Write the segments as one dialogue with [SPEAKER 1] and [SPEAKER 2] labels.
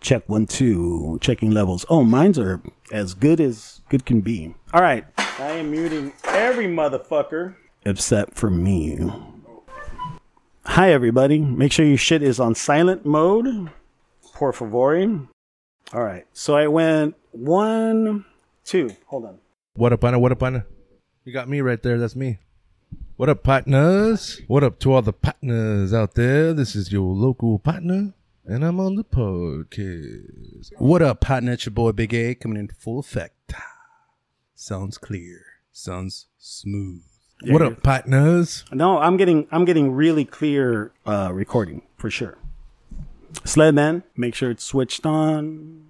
[SPEAKER 1] Check one, two. Checking levels. Oh, mines are as good as good can be. All right. I am muting every motherfucker except for me. Hi, everybody. Make sure your shit is on silent mode. Por favor. All right. So I went one, two. Hold on.
[SPEAKER 2] What up, partner? What up, partner? You got me right there. That's me. What up, partners? What up to all the partners out there? This is your local partner, and I'm on the podcast.
[SPEAKER 3] What up, partner? It's your boy Big A coming in full effect. Sounds clear. Sounds smooth.
[SPEAKER 2] what up, partners?
[SPEAKER 1] No, I'm getting I'm getting really clear uh, recording for sure. Sled man, make sure it's switched on.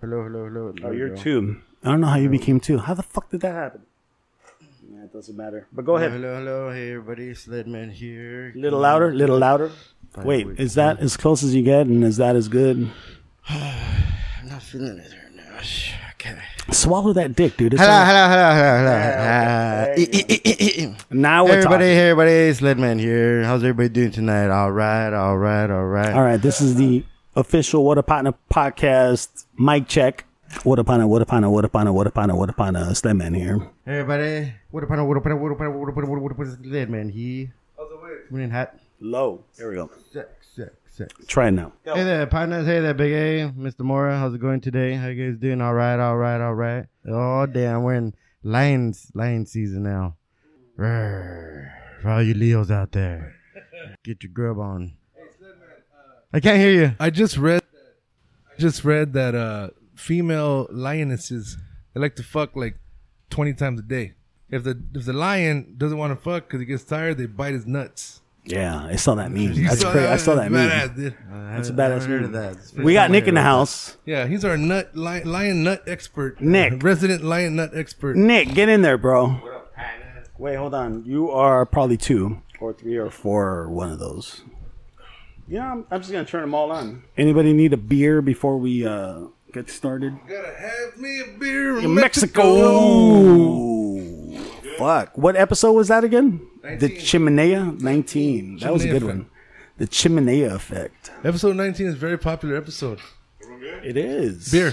[SPEAKER 4] Hello, hello, hello.
[SPEAKER 1] Oh, you're two. I don't know how you became two. How the fuck did that happen? Yeah, it doesn't matter. But go ahead.
[SPEAKER 4] Hello, hello. Hey, everybody. Sledman here.
[SPEAKER 1] A little louder. A little louder. Wait, is that as close as you get, and is that as good?
[SPEAKER 4] I'm not feeling it right now. Okay.
[SPEAKER 1] Swallow that dick, dude. It's
[SPEAKER 4] Hello,
[SPEAKER 1] all-
[SPEAKER 4] hello, hello, hello,
[SPEAKER 3] Uh, e,
[SPEAKER 4] hello. Ah,
[SPEAKER 1] Now we're
[SPEAKER 4] Everybody,
[SPEAKER 1] talking.
[SPEAKER 4] hey, everybody. Sledman here. How's everybody doing tonight? All right, all right, all right.
[SPEAKER 1] All right, this is the official What a Partner podcast mic check. What a partner, what a partner, what a partner, what a partner, what a partner. Sled man here.
[SPEAKER 4] Everybody. What up, what up, what up, what up, what up, what up, what up, what up, what up, Sledman here. How's the way? Coming in hot.
[SPEAKER 1] Low. There we go.
[SPEAKER 4] Sex, sex, sex.
[SPEAKER 1] Try it now.
[SPEAKER 4] Hey there, partners. Hey there, Big A, Mr. Mora. How's it going today? How you guys doing? All right, all right, all right. Oh damn, we're in lions, lion season now. Roar. For all you Leos out there, get your grub on. I can't hear you.
[SPEAKER 2] I just read, just read that uh, female lionesses they like to fuck like twenty times a day. If the if the lion doesn't want to fuck because he gets tired, they bite his nuts.
[SPEAKER 1] Yeah, I saw that meme.
[SPEAKER 2] You
[SPEAKER 1] That's crazy. I saw that meme.
[SPEAKER 2] Badass, dude.
[SPEAKER 1] That's a
[SPEAKER 4] I haven't
[SPEAKER 1] badass
[SPEAKER 4] heard of
[SPEAKER 1] meme.
[SPEAKER 4] that. It's
[SPEAKER 1] We got
[SPEAKER 4] first
[SPEAKER 1] Nick in
[SPEAKER 4] time
[SPEAKER 1] the
[SPEAKER 4] I heard of
[SPEAKER 1] house.
[SPEAKER 2] Yeah, he's our nut lion, lion nut expert.
[SPEAKER 1] Nick.
[SPEAKER 2] resident lion nut expert.
[SPEAKER 1] Nick, get in there, bro. Wait, hold on. You are probably two or three or four or one of those. Yeah, I'm, I'm just gonna turn them all on. Anybody need a beer before we uh, get started?
[SPEAKER 2] Gotta have me a beer in
[SPEAKER 1] In Fuck. What episode was that again? The Chimenea 19. That was a
[SPEAKER 2] Chimenea
[SPEAKER 1] good
[SPEAKER 2] effect.
[SPEAKER 1] one. The Chimenea effect.
[SPEAKER 2] Episode nineteen is a very popular episode.
[SPEAKER 1] It is.
[SPEAKER 2] Beer,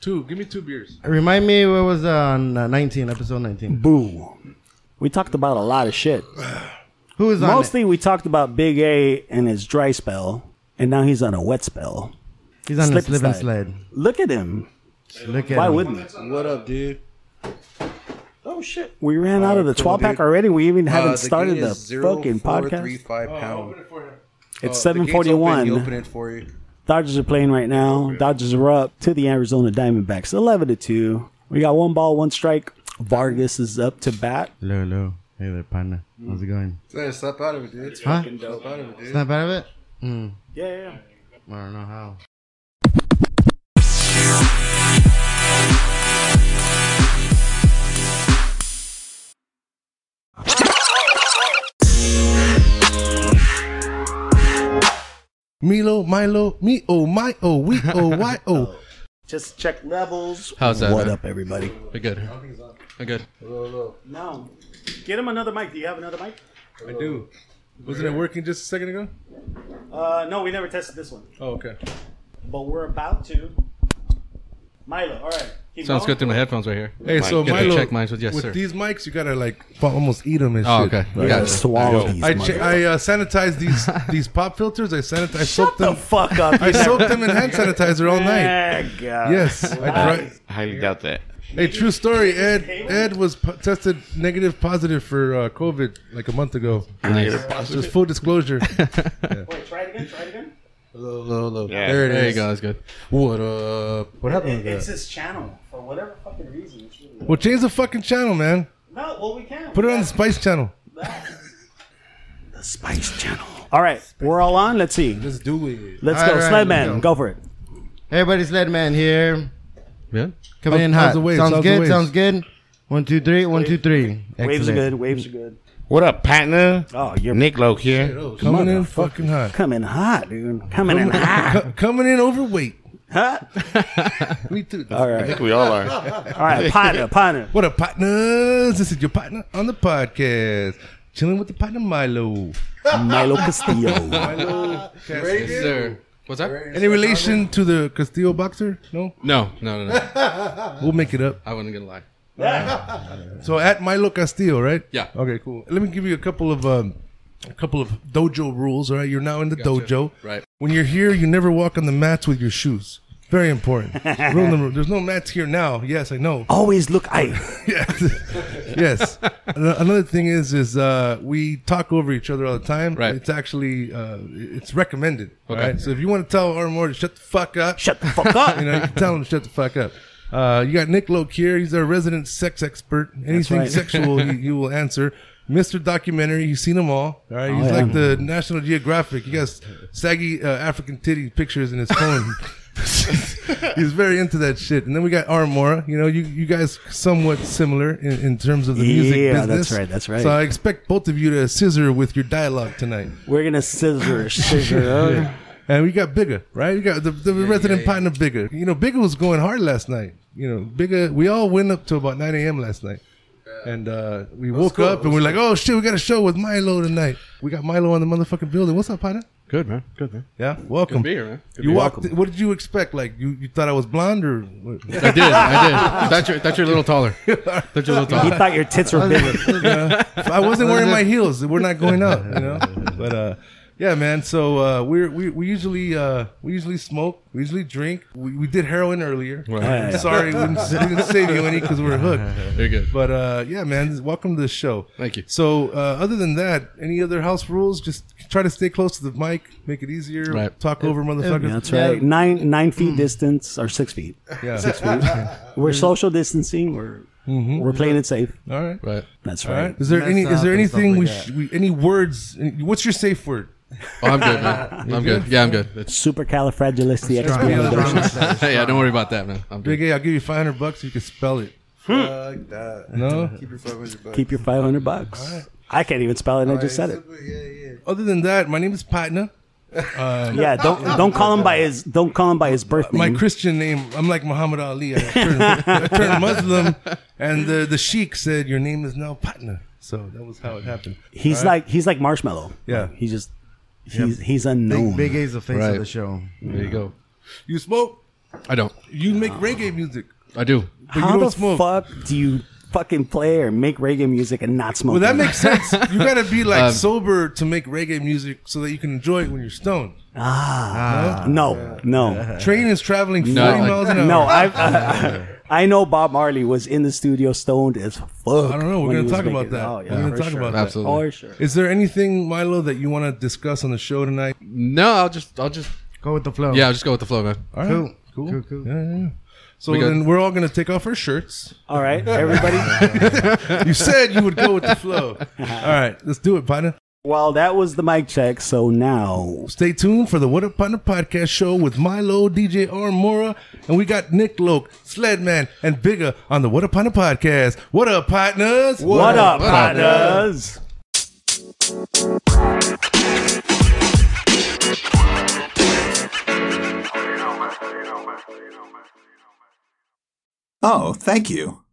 [SPEAKER 2] two. Give me two beers.
[SPEAKER 4] that. Remind me what was on uh, 19 episode 19.
[SPEAKER 1] Boo. We talked about a lot of shit.
[SPEAKER 4] Who was on
[SPEAKER 1] Mostly we talked about Big A and his dry spell, and now he's on a wet spell.
[SPEAKER 4] it? He's on the
[SPEAKER 1] Slip
[SPEAKER 4] slip and
[SPEAKER 1] slide.
[SPEAKER 4] slide.
[SPEAKER 1] Look at him.
[SPEAKER 4] Look at
[SPEAKER 1] Why
[SPEAKER 4] him.
[SPEAKER 1] wouldn't he?
[SPEAKER 3] What up, dude?
[SPEAKER 1] Oh shit! We ran out of the
[SPEAKER 3] cool,
[SPEAKER 1] twelve pack
[SPEAKER 3] Oh, dude.
[SPEAKER 1] already. We even haven't
[SPEAKER 3] Uh, the
[SPEAKER 1] started
[SPEAKER 3] gate
[SPEAKER 1] the
[SPEAKER 3] is zero,
[SPEAKER 1] fucking
[SPEAKER 3] four,
[SPEAKER 1] podcast.
[SPEAKER 3] Three, five
[SPEAKER 2] Oh,
[SPEAKER 3] pound.
[SPEAKER 1] it's
[SPEAKER 3] The
[SPEAKER 1] seven
[SPEAKER 3] gate's
[SPEAKER 1] forty
[SPEAKER 3] open, you Open
[SPEAKER 1] one.
[SPEAKER 3] it for you.
[SPEAKER 1] Dodgers are playing right now. Dodgers are up to the Arizona Diamondbacks, eleven to two. We got one ball, one strike. Vargas is up to bat.
[SPEAKER 4] Hello, hello. Hey there, partner. How's it going?
[SPEAKER 3] Yeah, step out of it, dude. It's
[SPEAKER 4] Huh?
[SPEAKER 3] fucking dope. Step out of it, dude.
[SPEAKER 4] Snap out of it? Mm,
[SPEAKER 1] Yeah, yeah.
[SPEAKER 4] I don't know how.
[SPEAKER 2] Milo, Milo, me oh my oh we oh why oh.
[SPEAKER 1] Just check levels.
[SPEAKER 5] How's that,
[SPEAKER 1] What
[SPEAKER 5] man?
[SPEAKER 1] up, everybody?
[SPEAKER 5] I good. I good.
[SPEAKER 1] No, get him another mic. Do you have another mic?
[SPEAKER 2] I do. Wasn't it working just a second ago?
[SPEAKER 1] Uh, no, we never tested this one,
[SPEAKER 2] Oh, okay.
[SPEAKER 1] but we're about to. Milo, all right. Keep
[SPEAKER 5] Sounds good through my headphones right here.
[SPEAKER 2] Hey, so
[SPEAKER 5] good to
[SPEAKER 2] Milo,
[SPEAKER 5] check mine. So yes,
[SPEAKER 2] with
[SPEAKER 5] sir.
[SPEAKER 2] these mics, you gotta like fu- almost eat them and
[SPEAKER 5] Oh,
[SPEAKER 2] shit.
[SPEAKER 5] okay.
[SPEAKER 1] You gotta swallow these.
[SPEAKER 2] I
[SPEAKER 1] mother-
[SPEAKER 2] cha- I uh, sanitized these these pop filters. I sanitized. I
[SPEAKER 1] Shut
[SPEAKER 2] soaked
[SPEAKER 1] the
[SPEAKER 2] them.
[SPEAKER 1] fuck up.
[SPEAKER 2] I soaked them in hand sanitizer all night.
[SPEAKER 1] Ah, God.
[SPEAKER 2] Yes. I tried.
[SPEAKER 5] I highly doubt that.
[SPEAKER 2] Hey, true story. Ed Ed was p- tested negative positive for uh, COVID like a month ago.
[SPEAKER 5] Nice.
[SPEAKER 2] Just full disclosure.
[SPEAKER 1] Wait, try it again. Try it again.
[SPEAKER 2] Hello, hello, hello.
[SPEAKER 5] Yeah.
[SPEAKER 2] There it is.
[SPEAKER 5] There you go. That's good.
[SPEAKER 2] What up? What happened with
[SPEAKER 6] It's
[SPEAKER 2] that?
[SPEAKER 6] his channel for whatever fucking reason. It's really-
[SPEAKER 2] Well, change the fucking channel, man.
[SPEAKER 6] No, well we can.
[SPEAKER 2] Put it on the Spice Channel.
[SPEAKER 1] All right, we're all on. Let's see.
[SPEAKER 2] Let's do it.
[SPEAKER 1] Let's
[SPEAKER 4] All
[SPEAKER 1] go,
[SPEAKER 4] right, let's
[SPEAKER 1] Sledman.
[SPEAKER 4] go.
[SPEAKER 1] Go for it.
[SPEAKER 4] Hey, everybody, Sledman here.
[SPEAKER 5] Yeah.
[SPEAKER 2] How's-
[SPEAKER 4] Coming in
[SPEAKER 2] how's
[SPEAKER 4] hot.
[SPEAKER 2] the waves?
[SPEAKER 4] Sounds
[SPEAKER 2] How's the
[SPEAKER 4] good.
[SPEAKER 2] waves?
[SPEAKER 4] Sounds good. One, two, three. One, two, three.
[SPEAKER 1] Waves are
[SPEAKER 4] Excellent.
[SPEAKER 1] good. Waves are good.
[SPEAKER 7] What up, partner?
[SPEAKER 1] Oh, you're
[SPEAKER 7] Nick Loke here.
[SPEAKER 2] Coming in fucking hot.
[SPEAKER 1] coming hot, dude. Coming in hot.
[SPEAKER 2] Co- coming in overweight.
[SPEAKER 1] Huh?
[SPEAKER 2] Me too.
[SPEAKER 1] All right.
[SPEAKER 7] We all are.
[SPEAKER 1] All right. Partner. Partner.
[SPEAKER 2] What up, partners? This is your partner on the podcast. Chilling with the partner Milo.
[SPEAKER 1] Milo Castillo.
[SPEAKER 2] Milo.
[SPEAKER 5] Yes, sir. What's that?
[SPEAKER 2] Any relation to the Castillo boxer? No?
[SPEAKER 5] No, no, no, no.
[SPEAKER 2] We'll make it up.
[SPEAKER 5] I wasn't gonna lie.
[SPEAKER 2] So at Milo Castillo, right?
[SPEAKER 5] Yeah.
[SPEAKER 2] Okay, cool. Let me give you a couple of um, a couple of dojo rules. All right, you're now in the dojo.
[SPEAKER 5] Right.
[SPEAKER 2] When you're here, you never walk on the mats with your shoes. Very important. Rule number. There's no mats here now. Yes, I know.
[SPEAKER 1] Always look I.
[SPEAKER 2] yes. yes. Ano- Another thing is, is uh, we talk over each other all the time.
[SPEAKER 5] Right.
[SPEAKER 2] It's actually uh, it's recommended.
[SPEAKER 5] Okay.
[SPEAKER 2] All right. So if you want to tell Armor to shut the fuck up,
[SPEAKER 1] Shut the fuck up.
[SPEAKER 2] you know, you can tell him to shut the fuck up. Uh, you got Nick Loke here. He's our resident sex expert. Anything
[SPEAKER 1] right.
[SPEAKER 2] sexual, he, he will answer. Mr. Documentary, he's seen them all. All right, he's
[SPEAKER 1] Oh, yeah.
[SPEAKER 2] like the National Geographic. He got saggy uh, African titty pictures in his phone. he's very into that shit. And then we got Armora. You know, you, you guys somewhat similar in, in terms of the music
[SPEAKER 1] Yeah, that's
[SPEAKER 2] business.
[SPEAKER 1] right, that's right.
[SPEAKER 2] So I expect both of you to scissor with your dialogue tonight.
[SPEAKER 1] We're gonna scissor, scissor.
[SPEAKER 2] And we got Bigger, right? We got the, the resident partner Bigger. You know, Bigger was going hard last night. You know, Bigger, we all went up to about 9 a.m. last night. And uh, we woke up and we're like, oh shit, we got a show with Milo tonight. We got Milo on the motherfucking building. What's up, partner?
[SPEAKER 5] Good man. Good man.
[SPEAKER 2] Yeah, welcome.
[SPEAKER 5] Be here, man.
[SPEAKER 2] You walked. What did you expect? Like you, you thought I was blonde or? What?
[SPEAKER 5] I did. I did. That's your. That's your little taller. That's your little
[SPEAKER 1] he
[SPEAKER 5] taller.
[SPEAKER 1] thought your tits were bigger.
[SPEAKER 2] I wasn't wearing my heels. We're not going out, you know. But uh, yeah, man. So uh, we're, we we usually uh, we usually smoke, we usually drink. We, we did heroin earlier.
[SPEAKER 5] Right.
[SPEAKER 2] I'm sorry, we didn't, we didn't save you any because we're hooked.
[SPEAKER 5] You're good.
[SPEAKER 2] But uh, yeah, man. Welcome to the show.
[SPEAKER 5] Thank you.
[SPEAKER 2] So uh, other than that, any other house rules? Just try to stay close to the mic, make it easier.
[SPEAKER 5] Right.
[SPEAKER 2] Talk over motherfuckers.
[SPEAKER 1] That's right. Nine nine feet distance or six feet.
[SPEAKER 2] Hmm. Yeah.
[SPEAKER 1] We're social distancing. We're we're playing it safe.
[SPEAKER 2] Mm-hmm. All right.
[SPEAKER 5] Right.
[SPEAKER 1] That's
[SPEAKER 2] All
[SPEAKER 1] right.
[SPEAKER 2] right. Is there any? Is there
[SPEAKER 4] up and stuff
[SPEAKER 2] anything
[SPEAKER 4] like
[SPEAKER 2] we,
[SPEAKER 4] that.
[SPEAKER 2] sh- we? Any words? any- What's your safe word?
[SPEAKER 5] Oh, I'm good, man. I'm good. Yeah, I'm good. It's-
[SPEAKER 1] Supercalifragilisticexpialidocious.
[SPEAKER 5] Hey, yeah, don't worry about that, man. I'm
[SPEAKER 2] Big
[SPEAKER 5] good.
[SPEAKER 2] A, I'll give you 500 bucks if you can spell it.
[SPEAKER 3] Fuck that.
[SPEAKER 2] No?
[SPEAKER 3] Keep your 500 bucks.
[SPEAKER 1] Keep your five hundred bucks. I can't even spell it. and I just said it.
[SPEAKER 3] Yeah, yeah.
[SPEAKER 2] Other than that, my name is Patna.
[SPEAKER 1] Yeah, don't don't call him by his don't call him by his birth
[SPEAKER 2] My
[SPEAKER 5] Mm-hmm.
[SPEAKER 1] name.
[SPEAKER 2] Christian name, I'm like Muhammad Ali. I turned, I turned Muslim, and the, the sheikh said, Your name is now Patna. So that was how it happened.
[SPEAKER 1] he's like he's like marshmallow.
[SPEAKER 2] Yeah.
[SPEAKER 1] he just he's he's unknown.
[SPEAKER 4] Big, Big A's the face
[SPEAKER 5] Right.
[SPEAKER 4] of the show.
[SPEAKER 5] There you go.
[SPEAKER 2] You smoke?
[SPEAKER 5] I don't.
[SPEAKER 2] You make reggae music.
[SPEAKER 5] I do.
[SPEAKER 2] But
[SPEAKER 1] How
[SPEAKER 2] you
[SPEAKER 1] the
[SPEAKER 2] don't smoke.
[SPEAKER 1] fuck do you fucking play or make reggae music and not smoke?
[SPEAKER 2] Well, that
[SPEAKER 1] weed?
[SPEAKER 2] makes sense. You gotta be like
[SPEAKER 5] Um,
[SPEAKER 2] sober to make reggae music so that you can enjoy it when you're stoned.
[SPEAKER 4] Uh-huh.
[SPEAKER 1] no, no,
[SPEAKER 2] Train is traveling 40
[SPEAKER 5] No, like-
[SPEAKER 2] miles an hour.
[SPEAKER 1] no. I I know Bob Marley was in the studio stoned as fuck.
[SPEAKER 2] I don't know. We're
[SPEAKER 1] when he
[SPEAKER 2] gonna
[SPEAKER 1] was
[SPEAKER 2] talk
[SPEAKER 1] making
[SPEAKER 2] about
[SPEAKER 1] it.
[SPEAKER 2] that.
[SPEAKER 1] Oh, yeah,
[SPEAKER 2] We're gonna
[SPEAKER 1] for
[SPEAKER 2] talk
[SPEAKER 1] sure.
[SPEAKER 2] about that.
[SPEAKER 5] Absolutely.
[SPEAKER 1] For sure.
[SPEAKER 2] Is there anything, Milo, that you want to discuss on the show tonight?
[SPEAKER 5] No, I'll just. I'll just.
[SPEAKER 4] Go with the flow.
[SPEAKER 5] Yeah, I'll just go with the flow, man.
[SPEAKER 2] All right.
[SPEAKER 4] Cool.
[SPEAKER 2] Cool.
[SPEAKER 4] Cool, cool.
[SPEAKER 2] Yeah, yeah, yeah. So
[SPEAKER 5] We got-
[SPEAKER 2] then we're all going to take off our shirts.
[SPEAKER 1] All right, everybody.
[SPEAKER 2] You said you would go with the flow. All right. Let's do it, partner.
[SPEAKER 1] well, that was the mic check. So now,
[SPEAKER 2] Stay tuned for the What Up Partner podcast show with Milo, DJ R. Mora, and we got Nick Loke, Sledman, and Bigger on the What Up Partner podcast. What up, partners?
[SPEAKER 1] what, up,
[SPEAKER 5] what up,
[SPEAKER 1] partners?
[SPEAKER 8] Oh, thank you.